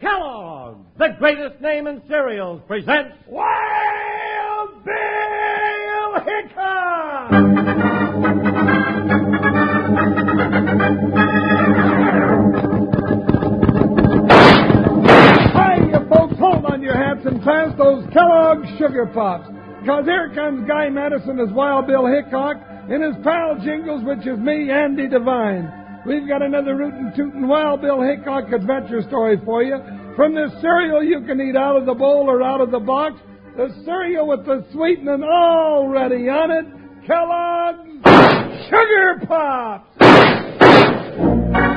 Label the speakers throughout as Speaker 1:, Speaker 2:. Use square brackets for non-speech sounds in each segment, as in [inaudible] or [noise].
Speaker 1: Kellogg, the greatest name in cereals, presents Wild Bill Hickok!
Speaker 2: Hey, you folks, hold on your hats and pass those Kellogg Sugar Pops. Because here comes Guy Madison as Wild Bill Hickok and his pal Jingles, which is me, Andy Devine. We've got another rootin' tootin' Wild Bill Hickok adventure story for you. From this cereal you can eat out of the bowl or out of the box, the cereal with the sweetening already on it, Kellogg's Sugar Pops!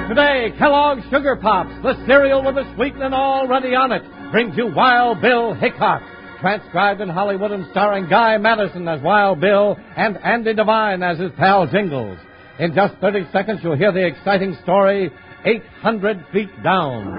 Speaker 1: Today, Kellogg's Sugar Pops, the cereal with the sweetening already on it, brings you Wild Bill Hickok. Transcribed in Hollywood and starring Guy Madison as Wild Bill and Andy Devine as his pal Jingles. In just 30 seconds, you'll hear the exciting story 800 Feet Down.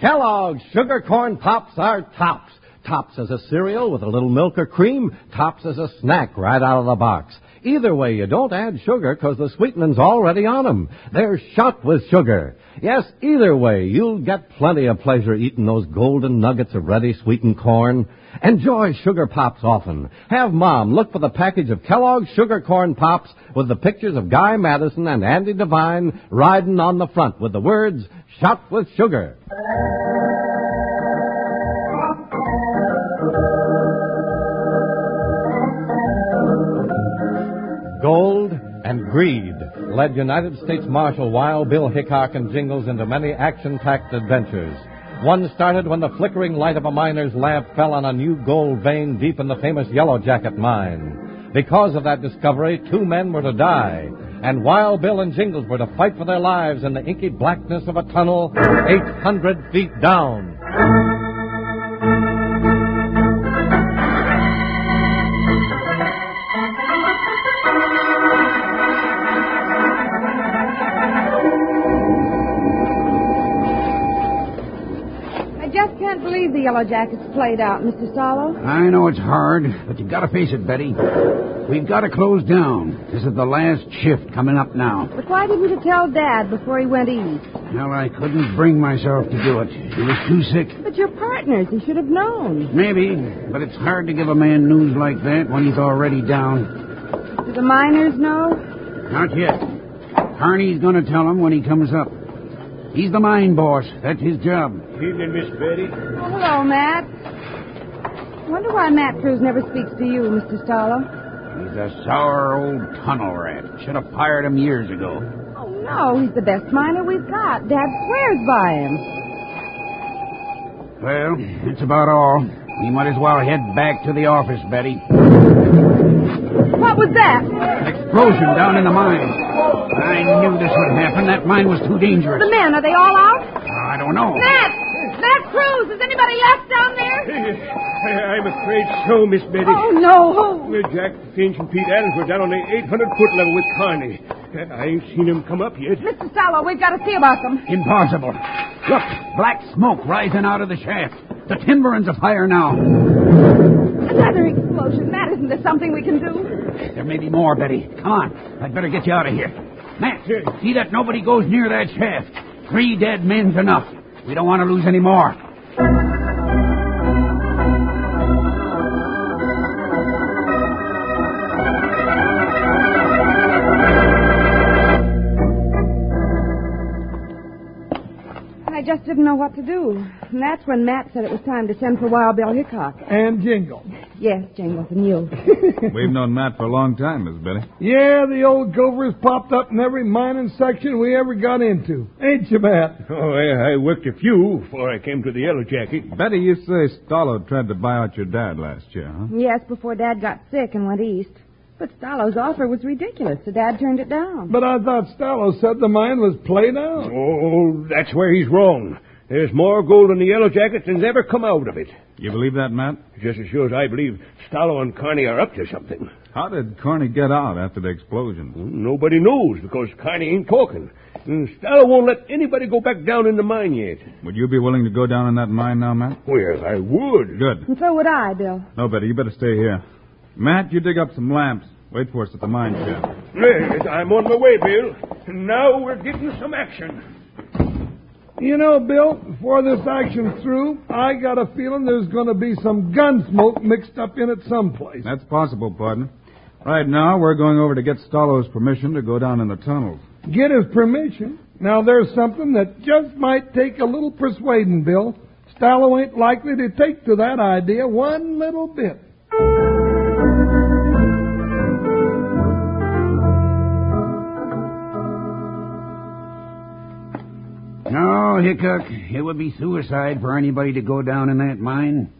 Speaker 1: Kellogg's Sugar Corn Pops are tops. Tops as a cereal with a little milk or cream, tops as a snack right out of the box. Either way, you don't add sugar 'cause the sweetening's already on 'em. They're shot with sugar. Yes, either way, you'll get plenty of pleasure eating those golden nuggets of ready sweetened corn. Enjoy sugar pops often. Have Mom look for the package of Kellogg's Sugar Corn Pops with the pictures of Guy Madison and Andy Devine riding on the front with the words, shot with sugar. Gold and greed led United States Marshal Wild Bill Hickok and Jingles into many action packed adventures. One started when the flickering light of a miner's lamp fell on a new gold vein deep in the famous Yellow Jacket mine. Because of that discovery, two men were to die, and Wild Bill and Jingles were to fight for their lives in the inky blackness of a tunnel 800 feet down.
Speaker 3: I just can't believe the Yellow Jackets played out, Mr. Solo.
Speaker 4: I know it's hard, but you gotta face it, Betty. We've gotta close down. This is the last shift coming up now.
Speaker 3: But why didn't you tell Dad before he went east?
Speaker 4: Well, I couldn't bring myself to do it. He was too sick.
Speaker 3: But your partners, he should have known.
Speaker 4: Maybe, but it's hard to give a man news like that when he's already down.
Speaker 3: Do the miners know?
Speaker 4: Not yet. Carney's gonna tell him when he comes up. He's the mine boss. That's his job.
Speaker 5: Evening, Miss Betty.
Speaker 3: Oh, hello, Matt. Wonder why Matt Cruz never speaks to you, Mr. Solo.
Speaker 4: He's a sour old tunnel rat. Should have fired him years ago.
Speaker 3: Oh, no, he's the best miner we've got. Dad swears by him.
Speaker 4: Well, that's about all. We might as well head back to the office, Betty.
Speaker 3: What was that?
Speaker 4: Explosion down in the mine. I knew this would happen. That mine was too dangerous.
Speaker 3: The men, are they all out?
Speaker 4: I don't know.
Speaker 3: Matt! Matt Cruz, is anybody left down there?
Speaker 5: I- I'm afraid so, Miss Betty.
Speaker 3: Oh, no. Who?
Speaker 5: Well, Jack Finch and Pete Adams were down on the 800 foot level with Carney. I ain't seen him come up yet.
Speaker 3: Mr. Solo, we've got to see about them.
Speaker 4: Impossible. Look, black smoke rising out of the shaft. The timbering's afire now.
Speaker 3: Another explosion. Matt, isn't there something we can do?
Speaker 4: There may be more, Betty. Come on. I'd better get you out of here. Matt, see that nobody goes near that shaft. Three dead men's enough. We don't want to lose any more.
Speaker 3: I just didn't know what to do. And that's when Matt said it was time to send for Wild Bill Hickok.
Speaker 2: And Jingle.
Speaker 3: Yes, Jingles, and you.
Speaker 6: We've
Speaker 5: Hmm.
Speaker 6: known Matt for a long time, Miss Betty.
Speaker 2: Yeah, the old gover's popped up in every mining section we ever got into. Ain't you, Matt?
Speaker 5: [laughs] Oh, I, I worked a few before I came to the Yellow Jacket.
Speaker 6: Betty, you say Stollo tried to buy out your dad last year, huh?
Speaker 3: [laughs] yes, before Dad got sick and went east. But Stallo's offer was ridiculous, so Dad turned it down.
Speaker 2: But I thought Stallo said the mine was played out.
Speaker 5: Oh, that's where he's wrong. There's more gold in the Yellow Jacket than's ever come out of it.
Speaker 6: You believe that, Matt?
Speaker 5: Just as sure as I believe Stallo and Carney are up to something.
Speaker 6: How did Corney get out after the explosion?
Speaker 5: Nobody knows because Carney ain't talking. And Stallo won't let anybody go back down in the mine yet.
Speaker 6: Would you be willing to go down in that mine now, Matt?
Speaker 5: Well, I would.
Speaker 6: Good.
Speaker 3: And so would I, Bill.
Speaker 6: No, Betty, you better stay here. Matt, you dig up some lamps. Wait for us at the mine shaft.
Speaker 5: Yes, I'm on my way, Bill. Now we're getting some action.
Speaker 2: You know, Bill, before this action's through, I got a feeling there's going to be some gun smoke mixed up in it someplace.
Speaker 6: That's possible, partner. Right now, we're going over to get Stallo's permission to go down in the tunnels.
Speaker 2: Get his permission. Now, there's something that just might take a little persuading, Bill. Stallo ain't likely to take to that idea one little bit.
Speaker 4: No, Hickok, it would be suicide for anybody to go down in that mine.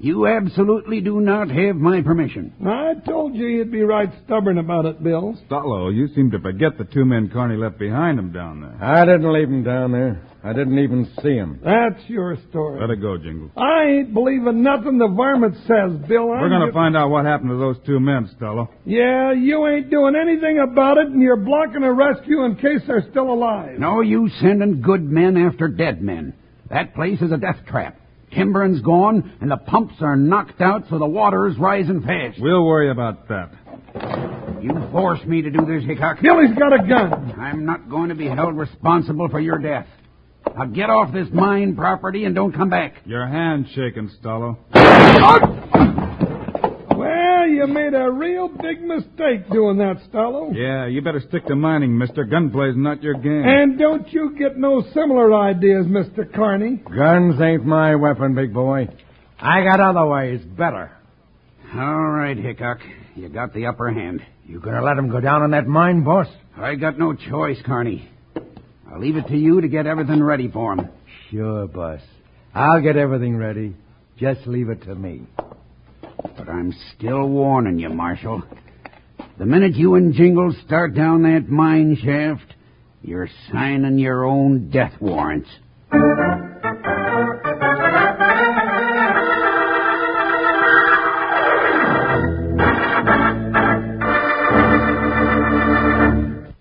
Speaker 4: You absolutely do not have my permission.
Speaker 2: I told you you'd be right stubborn about it, Bill.
Speaker 6: Stallo, you seem to forget the two men Carney left behind him down there.
Speaker 7: I didn't leave him down there. I didn't even see him.
Speaker 2: That's your story.
Speaker 6: Let it go, Jingles.
Speaker 2: I ain't believing nothing the varmint says, Bill.
Speaker 6: We're going to find out what happened to those two men, Stallo.
Speaker 2: Yeah, you ain't doing anything about it, and you're blocking a rescue in case they're still alive.
Speaker 4: No, you sending good men after dead men. That place is a death trap. Timbering's gone, and the pumps are knocked out, so the water is rising fast.
Speaker 6: We'll worry about that.
Speaker 4: You forced me to do this, Hickok.
Speaker 2: Billy's got a gun.
Speaker 4: I'm not going to be held responsible for your death. Now get off this mine property and don't come back.
Speaker 6: Your hand's shaking, Stallo.
Speaker 2: Well, you made a real big mistake doing that, Stallo.
Speaker 6: Yeah, you better stick to mining, mister. Gunplay's not your game.
Speaker 2: And don't you get no similar ideas, Mr. Carney.
Speaker 7: Guns ain't my weapon, big boy. I got other ways better.
Speaker 4: All right, Hickok. You got the upper hand.
Speaker 7: You gonna let him go down in that mine, boss?
Speaker 4: I got no choice, Carney. I'll leave it to you to get everything ready for him.
Speaker 7: Sure, boss. I'll get everything ready. Just leave it to me.
Speaker 4: But I'm still warning you, Marshal. The minute you and Jingles start down that mine shaft, you're signing your own death warrants.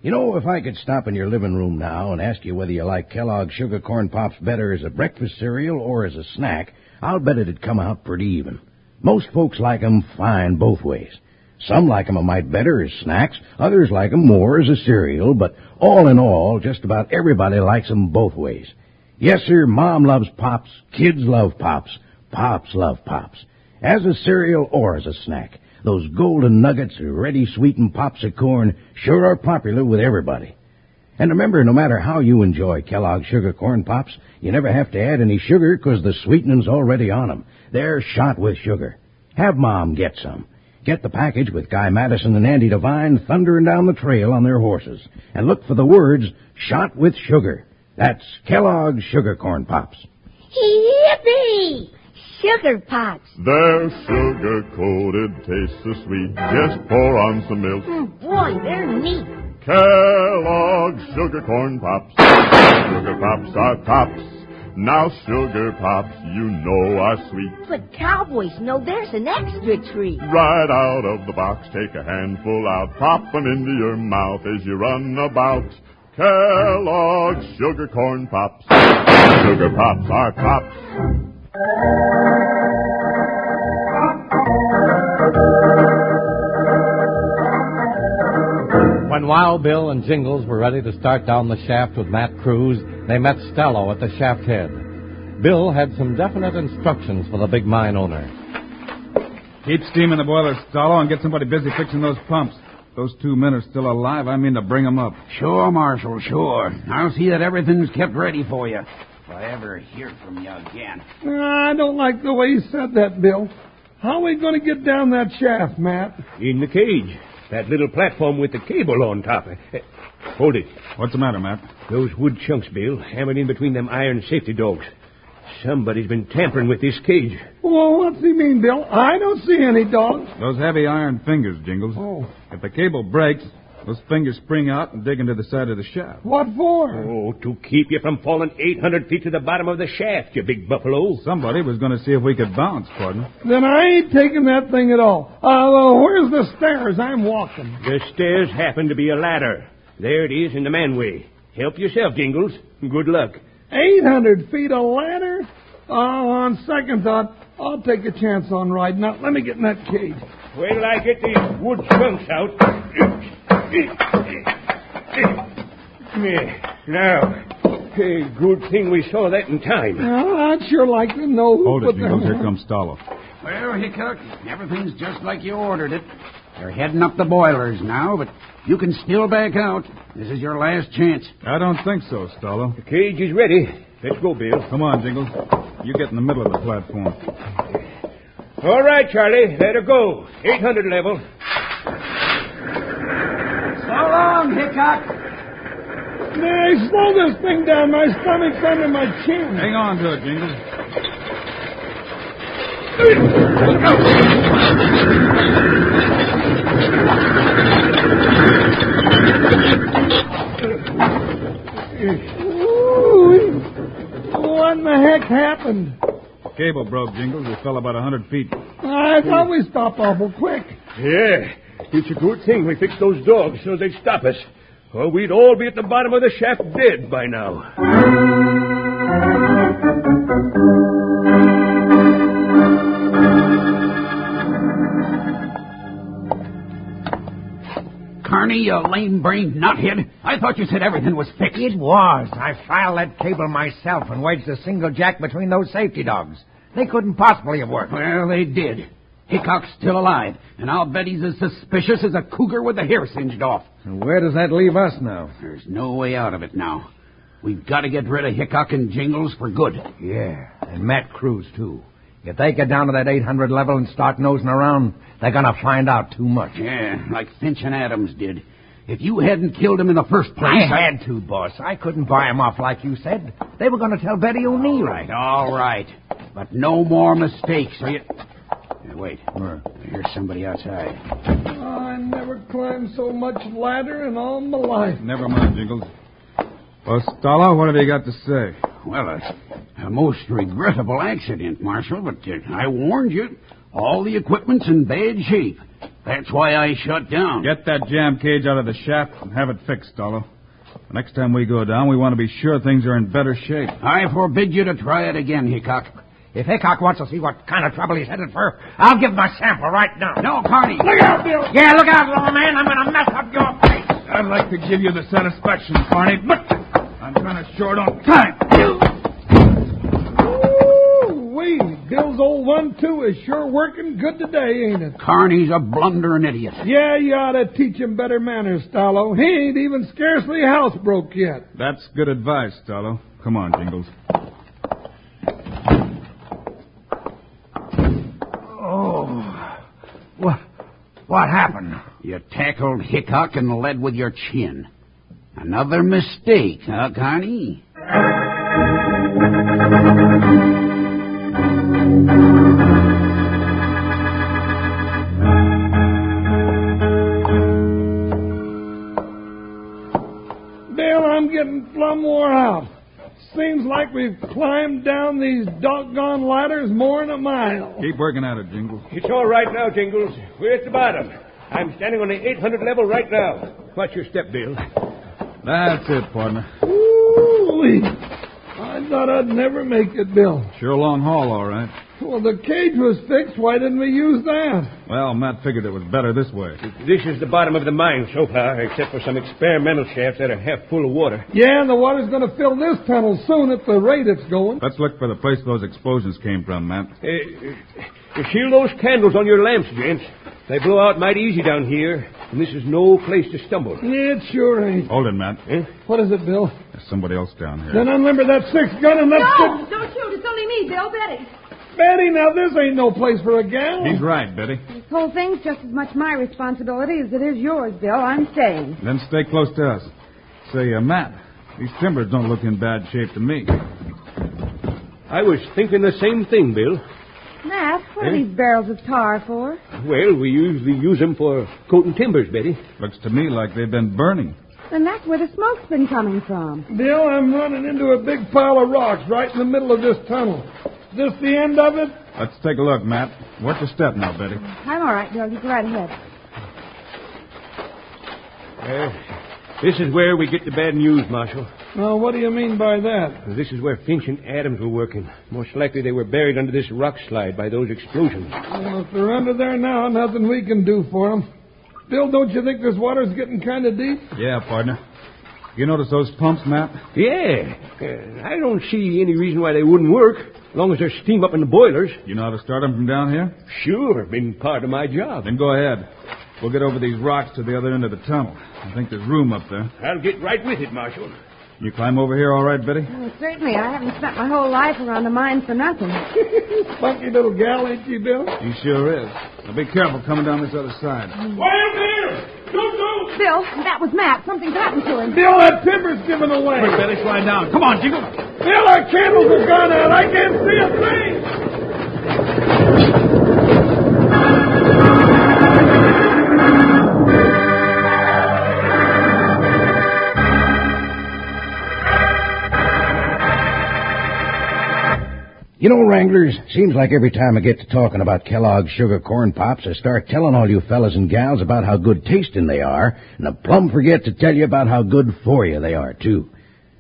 Speaker 8: You know, if I could stop in your living room now and ask you whether you like Kellogg's Sugar Corn Pops better as a breakfast cereal or as a snack, I'll bet it'd come out pretty even. Most folks like 'em fine both ways. Some like 'em a mite better as snacks, others like 'em more as a cereal, but all in all, just about everybody likes 'em both ways. Yes, sir, Mom loves Pops, kids love Pops, Pops love Pops. As a cereal or as a snack, those golden nuggets, ready sweetened pops of corn, sure are popular with everybody. And remember, no matter how you enjoy Kellogg's Sugar Corn Pops, you never have to add any sugar 'cause the sweetening's already on 'em. They're shot with sugar. Have Mom get some. Get the package with Guy Madison and Andy Devine thundering down the trail on their horses. And look for the words, shot with sugar. That's Kellogg's Sugar Corn Pops.
Speaker 9: Yippee! Sugar pops.
Speaker 10: Their sugar coated tastes so sweet. Just pour on some milk.
Speaker 11: Hmm,
Speaker 9: Mm, boy, they're neat.
Speaker 10: Kellogg's sugar corn pops. Sugar pops are pops. Now sugar pops, you know are sweet.
Speaker 9: But cowboys know there's an extra treat.
Speaker 10: Right out of the box, take a handful out, pop 'em into your mouth as you run about. Kellogg's sugar corn pops. Sugar pops are pops.
Speaker 1: When Wild Bill and Jingles were ready to start down the shaft with Matt Cruz, they met Stello at the shaft head. Bill had some definite instructions for the big mine owner.
Speaker 6: Keep steam in the boiler, Stallo, and get somebody busy fixing those pumps. Those two men are still alive. I mean to bring 'em up.
Speaker 4: Sure, Marshal, sure. I'll see that everything's kept ready for you. If I ever hear from you again.
Speaker 2: I don't like the way you said that, Bill. How are we going to get down that shaft, Matt?
Speaker 5: In the cage. That little platform with the cable on top. Eh, Hold it.
Speaker 6: What's the matter, Matt?
Speaker 5: Those wood chunks, Bill, hammered in between them iron safety dogs. Somebody's been tampering with this cage.
Speaker 2: Well, what's he mean, Bill? I don't see any dogs.
Speaker 6: Those heavy iron fingers, Jingles.
Speaker 2: Oh.
Speaker 6: If the cable breaks, those fingers spring out and dig into the side of the shaft.
Speaker 2: What for?
Speaker 5: Oh, to keep you from falling 800 feet to the bottom of the shaft, you big buffalo.
Speaker 6: Somebody was going to see if we could bounce, partner.
Speaker 2: Then I ain't taking that thing at all. Uh, well, where's the stairs? I'm walking.
Speaker 5: The stairs happen to be a ladder. There it is in the manway. Help yourself, Jingles. Good luck.
Speaker 2: 800 feet of ladder? Oh, on second thought, I'll take a chance on riding out. Let me get in that cage.
Speaker 5: Wait till I get these wood chunks out. There. Now, Okay, good thing we saw that in time.
Speaker 2: Well, I'd sure like to know who
Speaker 6: Hold
Speaker 2: put
Speaker 6: it, Jingles. Here comes Stallo.
Speaker 4: Well, Hickok, everything's just like you ordered it. They're heading up the boilers now, but you can still back out. This is your last chance.
Speaker 6: I don't think so, Stallo.
Speaker 5: The cage is ready. Let's go, Bill.
Speaker 6: Come on, Jingles. You get in the middle of the platform.
Speaker 5: All right, Charlie, let her go. 800 level.
Speaker 4: So long, Hickok.
Speaker 2: Nay, slow this thing down. My stomach's under my chin.
Speaker 6: Hang on to it, Jingles.
Speaker 2: Ooh, what in the heck happened?
Speaker 6: Cable broke, Jingles. It fell about a hundred feet.
Speaker 2: I thought we stopped awful quick.
Speaker 5: Yeah, it's a good thing we fixed those dogs so they'd stop us, or we'd all be at the bottom of the shaft dead by now.
Speaker 4: Carney, you lame-brained nuthead. I thought you said everything was fixed.
Speaker 7: It was. I filed that cable myself and wedged a single jack between those safety dogs. They couldn't possibly have worked.
Speaker 4: Well, they did. Hickok's still alive, and I'll bet he's as suspicious as a cougar with the hair singed off.
Speaker 7: Where does that leave us now?
Speaker 4: There's no way out of it now. We've got to get rid of Hickok and Jingles for good.
Speaker 7: Yeah, and Matt Cruz, too. If they get down to that 800 level and start nosing around, they're going to find out too much.
Speaker 4: Yeah, like Finch and Adams did. If you hadn't killed him in the first place,
Speaker 7: I had to, boss. I couldn't buy 'em off like you said. They were going to tell Betty O'Neill.
Speaker 4: All right, all right. But no more mistakes, or you... Hey, wait. I hear somebody outside.
Speaker 2: Ah, I never climbed so much ladder in all my life.
Speaker 6: Never mind, Jingles. Well, Stallo, what have you got to say?
Speaker 4: Well, a, a most regrettable accident, Marshal, but uh, I warned you. All the equipment's in bad shape. That's why I shut down.
Speaker 6: Get that jam cage out of the shaft and have it fixed, Stallo. The next time we go down, we want to be sure things are in better shape.
Speaker 4: I forbid you to try it again, Hickok.
Speaker 7: If Hickok wants to see what kind of trouble he's headed for, I'll give him a sample right now.
Speaker 4: No, Carney.
Speaker 7: out, Bill! Yeah, look out, little man. I'm going to mess up your face.
Speaker 6: I'd like to give you the satisfaction, Barney, but I'm kind of short on time.
Speaker 2: Ooh, wee. Bill's old one-two is sure working good today, ain't it?
Speaker 4: Carney's a blundering idiot.
Speaker 2: Yeah, you ought to teach him better manners, Stallo. He ain't even scarcely housebroke yet.
Speaker 6: That's good advice, Stallo. Come on, Jingles.
Speaker 7: What, what happened?
Speaker 4: You tackled Hickok and led with your chin. Another mistake, huh, Carney?
Speaker 2: Bill, I'm getting plumb wore out. Seems like we've climbed down these doggone ladders more'n a mile.
Speaker 6: Keep working at it, Jingles.
Speaker 5: It's all right now, Jingles. We're at the bottom. I'm standing on the 800 level right now. Watch your step, Bill.
Speaker 6: That's it, partner.
Speaker 2: Ooh, I thought I'd never make it, Bill.
Speaker 6: Sure long haul, all right.
Speaker 2: Well, the cage was fixed. Why didn't we use that?
Speaker 6: Well, Matt figured it was better this way.
Speaker 5: This is the bottom of the mine so far, except for some experimental shafts that are half full of water.
Speaker 2: Yeah, and the water's going to fill this tunnel soon at the rate it's going.
Speaker 6: Let's look for the place those explosions came from, Matt.
Speaker 5: Uh, uh, shield those candles on your lamps, gents. They blow out mighty easy down here, and this is no place to stumble.
Speaker 2: It sure ain't.
Speaker 6: Hold it, Matt.
Speaker 5: Eh?
Speaker 2: What is it, Bill?
Speaker 6: There's somebody else down here.
Speaker 2: Then unlimber that six gun and let's
Speaker 3: No, don't shoot. It's only me, Bill Betty.
Speaker 2: get Betty. Now this ain't no place for a gal.
Speaker 6: He's right, Betty.
Speaker 3: This whole thing's just as much my responsibility as it is yours, Bill. I'm staying.
Speaker 6: Then stay close to us. Say, uh, Matt, these timbers don't look in bad shape to me.
Speaker 5: I was thinking the same thing, Bill.
Speaker 3: Matt, what are these barrels of tar for?
Speaker 5: Well, we usually use them for coating timbers, Betty.
Speaker 6: Looks to me like they've been burning.
Speaker 3: Then that's where the smoke's been coming from.
Speaker 2: Bill, I'm running into a big pile of rocks right in the middle of this tunnel. This the end of it?
Speaker 6: Let's take a look, Matt. Watch your step now, Betty.
Speaker 3: I'm all right, Bill. You go right ahead.
Speaker 5: Uh, this is where we get the bad news, Marshal.
Speaker 2: Now, what do you mean by that?
Speaker 5: This is where Finch and Adams were working. Most likely they were buried under this rock slide by those explosions.
Speaker 2: Well, if they're under there now, nothing we can do for 'em. Bill, don't you think this water's getting kind of deep?
Speaker 6: Yeah, partner. You notice those pumps, Matt?
Speaker 12: Yeah. Uh, I don't see any reason why they wouldn't work, as long as there's steam up in the boilers.
Speaker 6: You know how to start them from down here?
Speaker 12: Sure, been part of my job.
Speaker 6: Then go ahead. We'll get over these rocks to the other end of the tunnel. I think there's room up there.
Speaker 12: I'll get right with it, Marshal.
Speaker 6: You climb over here all right, Betty?
Speaker 3: Well, certainly, I haven't spent my whole life around a mine for nothing.
Speaker 2: Funky little gal, ain't she, Bill?
Speaker 6: He sure is. Now be careful coming down this other side.
Speaker 2: Wild Bill! Don't go!
Speaker 3: Bill, that was Matt. Something's happened to him.
Speaker 2: Bill, that timber's giving away.
Speaker 6: Quick, Betty, slide down. Come on, Jingle.
Speaker 2: Bill, our candles are gone out. I can't see a thing.
Speaker 4: You know, Wranglers, seems like every time I get to talking about Kellogg's sugar corn pops, I start telling all you fellas and gals about how good tasting they are, and I plumb forget to tell you about how good for you they are, too.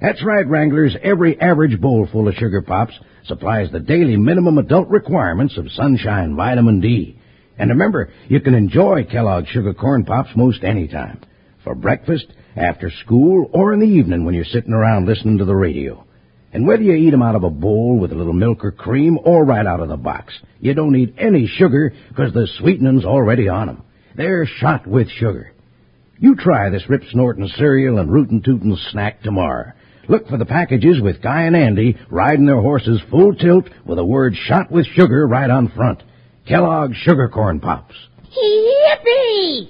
Speaker 4: That's right, Wranglers, every average bowl full of sugar pops supplies the daily minimum adult requirements of sunshine, vitamin D. And remember, you can enjoy Kellogg's sugar corn pops most any time. For breakfast, after school, or in the evening when you're sitting around listening to the radio. And whether you eat 'em out of a bowl with a little milk or cream or right out of the box, you don't need any sugar 'cause the sweetenin's already on 'em. They're shot with sugar. You try this rip snorting cereal and rootin' tootin' snack tomorrow. Look for the packages with Guy and Andy riding their horses full tilt with a word shot with sugar right on front. Kellogg's Sugar Corn Pops.
Speaker 11: Yippee!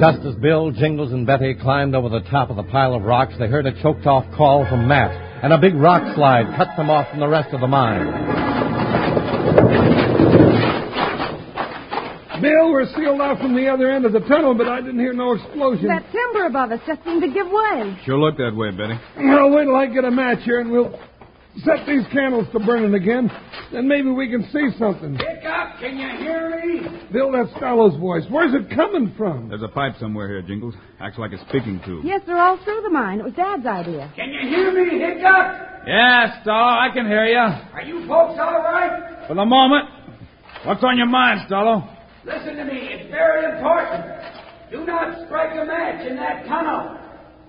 Speaker 1: Just as Bill, Jingles, and Betty climbed over the top of the pile of rocks, they heard a choked off call from Matt, and a big rock slide cut them off from the rest of the mine.
Speaker 2: Bill, we're sealed off from the other end of the tunnel, but I didn't hear no explosion.
Speaker 3: That timber above us just seemed to give way.
Speaker 6: Sure look that way, Betty.
Speaker 2: Now, wait till I get a match here, and we'll set these candles to burning again. Then maybe we can see something.
Speaker 13: Pick up, can you hear me?
Speaker 2: Bill, that's Fallow's voice. Where's it coming from?
Speaker 6: There's a pipe somewhere here, Jingles. Acts like a speaking tube.
Speaker 3: Yes, they're all through the mine. It was Dad's idea.
Speaker 13: Can you hear me, Hiccup?
Speaker 6: Yes, Stallo, I can hear you.
Speaker 13: Are you folks all right?
Speaker 6: For the moment, what's on your mind, Stallo?
Speaker 13: Listen to me, it's very important. Do not strike a match in that tunnel.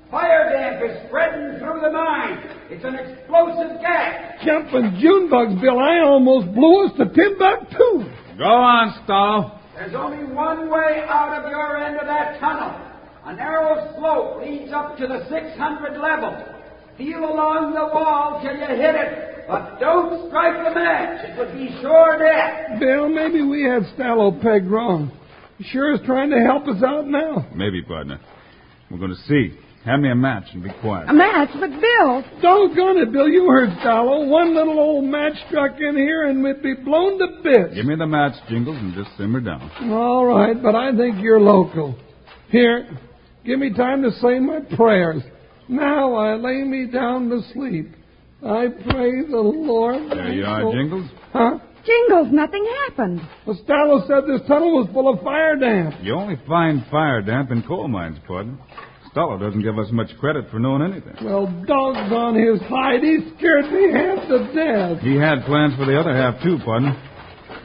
Speaker 13: Fire damp is spreading through the mine. It's an explosive gas.
Speaker 2: Jumping June bugs, Bill. I almost blew us to Timbuktu.
Speaker 6: Go on, Stallo.
Speaker 13: There's only one way out of your end of that tunnel. A narrow slope leads up to the 600 level. Feel along the wall till you hit it, but don't strike a match. It would be sure death.
Speaker 2: Bill, maybe we had Stallo pegged wrong. He sure is trying to help us out now.
Speaker 6: Maybe, partner. We're going to see. Hand me a match and be quiet.
Speaker 3: A match, but Bill.
Speaker 2: Doggone it, Bill. You heard Stallo. One little old match struck in here, and we'd be blown to bits.
Speaker 6: Give me the match, Jingles, and just simmer down.
Speaker 2: All right, but I think you're local. Here, give me time to say my prayers. Now I lay me down to sleep. I pray the Lord.
Speaker 6: There you are,
Speaker 2: Oh,
Speaker 6: Jingles.
Speaker 2: Huh?
Speaker 3: Jingles, nothing happened.
Speaker 2: Well, Stallo said this tunnel was full of fire damp.
Speaker 6: You only find fire damp in coal mines, partner. Stallo doesn't give us much credit for knowing anything.
Speaker 2: Well, doggone his hide. He scared me half to death.
Speaker 6: He had plans for the other half, too, partner.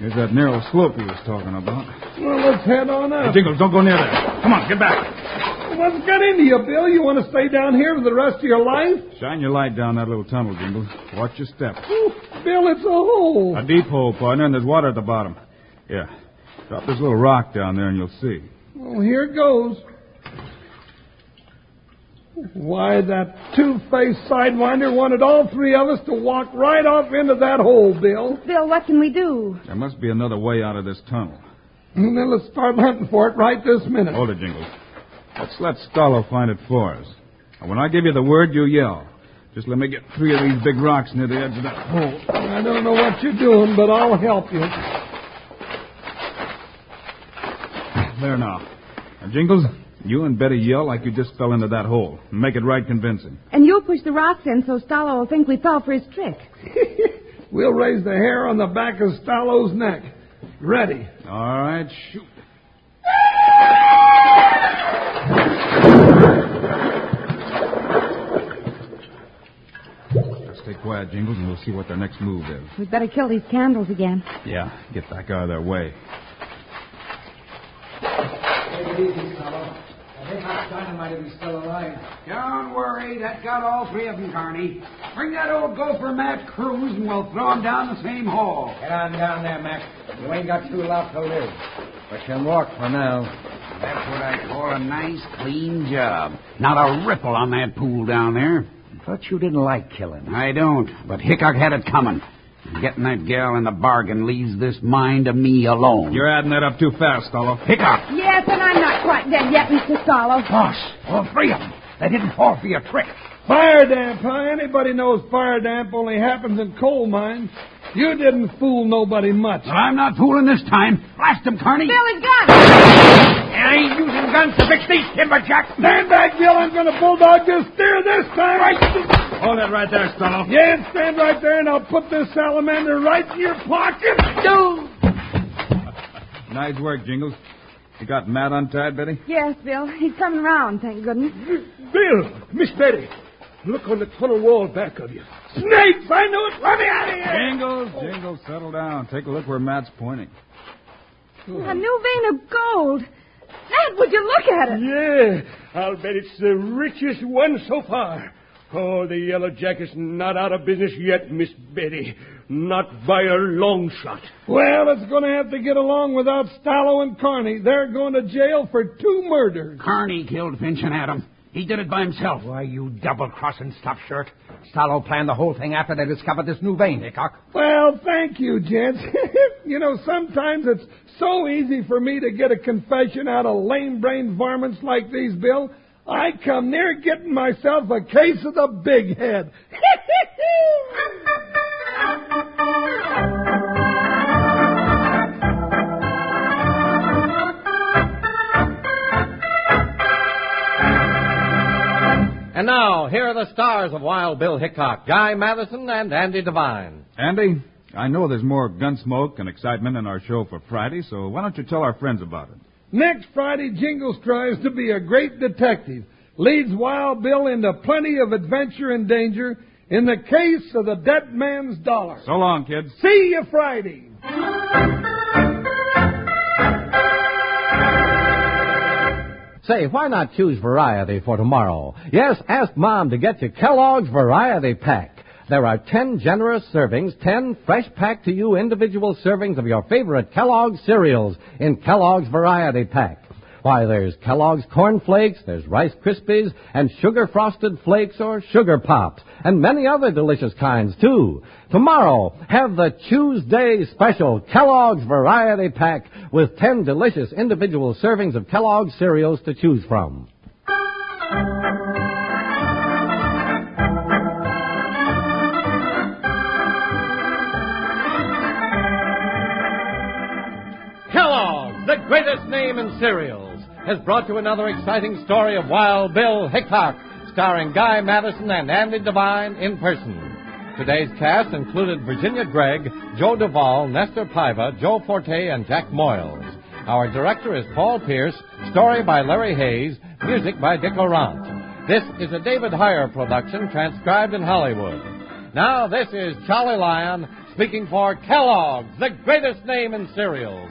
Speaker 6: There's that narrow slope he was talking about.
Speaker 2: Well, let's head on
Speaker 6: Hey,
Speaker 2: up.
Speaker 6: Jingles, don't go near there. Come on, get back.
Speaker 2: What's got into you, Bill? You want to stay down here for the rest of your life?
Speaker 6: Shine your light down that little tunnel, Jingles. Watch your step.
Speaker 2: Ooh, Bill, it's a hole.
Speaker 6: A deep hole, partner, and there's water at the bottom. Here, drop this little rock down there and you'll see.
Speaker 2: Well, here goes. Why, that two-faced sidewinder wanted all three of us to walk right off into that hole, Bill.
Speaker 3: Bill, what can we do?
Speaker 6: There must be another way out of this tunnel.
Speaker 2: And then let's start hunting for it right this minute.
Speaker 6: Hold it, Jingles. Let's let Stallo find it for us. And when I give you the word, you yell. Just let me get three of these big rocks near the edge of that hole.
Speaker 2: I don't know what you're doing, but I'll help you.
Speaker 6: There now. Now, Jingles, you and Betty yell like you just fell into that hole. and Make it right convincing.
Speaker 3: And you'll push the rocks in so Stallo will think we fell for his trick.
Speaker 2: We'll raise the hair on the back of Stallo's neck. Ready.
Speaker 6: All right, shoot. Let's stay quiet, Jingles, and we'll see what their next move is.
Speaker 3: We'd better kill these candles again.
Speaker 6: Yeah, get back out of their way.
Speaker 4: Take it easy, fellow. I think that dynamite will be still alive. Don't worry, that got all three of them, Carney. Bring that old gopher Matt Cruz and we'll throw him down the same hole.
Speaker 7: Get on down there, Mac. You ain't got too long to live. But you walk for now.
Speaker 14: That's what I call a nice, clean job. Not a ripple on that pool down there.
Speaker 7: I thought you didn't like killing.
Speaker 14: I don't, but Hickok had it coming. And Getting that gal in the bargain leaves this mind to me alone.
Speaker 6: You're adding that up too fast, Olive.
Speaker 14: Hickok!
Speaker 3: Yes, and I'm not quite dead yet, Mr. Stallo.
Speaker 7: Boss, all three of them. They didn't fall for your trick.
Speaker 2: Fire damp, huh? Anybody knows fire damp only happens in coal mines. You didn't fool nobody much.
Speaker 14: But I'm not fooling this time. Blast him, Carney!
Speaker 3: Billy got
Speaker 14: And I ain't using guns to fix these timberjacks.
Speaker 2: Stand back, Bill. I'm going to bulldog this steer this time. Right.
Speaker 6: Hold it right there, Stallo.
Speaker 2: Yeah, stand right there, and I'll put this salamander right in your pocket. Go.
Speaker 6: Nice work, Jingles. You got Matt untied, Betty?
Speaker 3: Yes, Bill. He's coming round, thank goodness.
Speaker 2: Bill, Miss Betty, look on the tunnel wall back of you. Snakes! I knew it. Let me out of here.
Speaker 6: Jingles, Jingles, settle down. Take a look where Matt's pointing.
Speaker 3: A new vein of gold. Ned, would you look at it?
Speaker 5: Yeah, I'll bet it's the richest one so far. Oh, the Yellow Jacket's not out of business yet, Miss Betty. Not by a long shot.
Speaker 2: Well, it's going to have to get along without Stallo and Carney. They're going to jail for two murders.
Speaker 14: Carney killed Finch and Adam. He did it by himself.
Speaker 7: Why, you double-crossing stop shirt. Stallo planned the whole thing after they discovered this new vein, eh, Hickok.
Speaker 2: Well, thank you, gents. [laughs] you know, sometimes it's so easy for me to get a confession out of lame-brained varmints like these, Bill. I come near getting myself a case of the big head.
Speaker 3: [laughs]
Speaker 1: And now, here are the stars of Wild Bill Hickok, Guy Madison and Andy Devine.
Speaker 6: Andy, I know there's more gun smoke and excitement in our show for Friday, so why don't you tell our friends about it?
Speaker 2: Next Friday, Jingles tries to be a great detective, leads Wild Bill into plenty of adventure and danger in the case of the dead man's dollar.
Speaker 6: So long, kids.
Speaker 2: See you Friday.
Speaker 1: Say, why not choose variety for tomorrow? Yes, ask Mom to get you Kellogg's Variety Pack. There are 10 generous servings, 10 fresh packed to you individual servings of your favorite Kellogg's cereals in Kellogg's Variety Pack. Why, there's Kellogg's Corn Flakes, there's Rice Krispies, and Sugar Frosted Flakes or Sugar Pops, and many other delicious kinds, too. Tomorrow, have the Tuesday special Kellogg's Variety Pack with 10 delicious individual servings of Kellogg's cereals to choose from. Kellogg, the greatest name in cereals, has brought you another exciting story of Wild Bill Hickok, starring Guy Madison and Andy Devine in person. Today's cast included Virginia Gregg, Joe Duvall, Nestor Piva, Joe Forte, and Jack Moyles. Our director is Paul Pierce, story by Larry Hayes, music by Dick Orant. This is a David Heyer production transcribed in Hollywood. Now, this is Charlie Lyon speaking for Kellogg's, the greatest name in cereals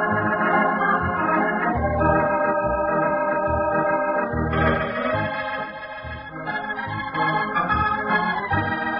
Speaker 9: Hickok!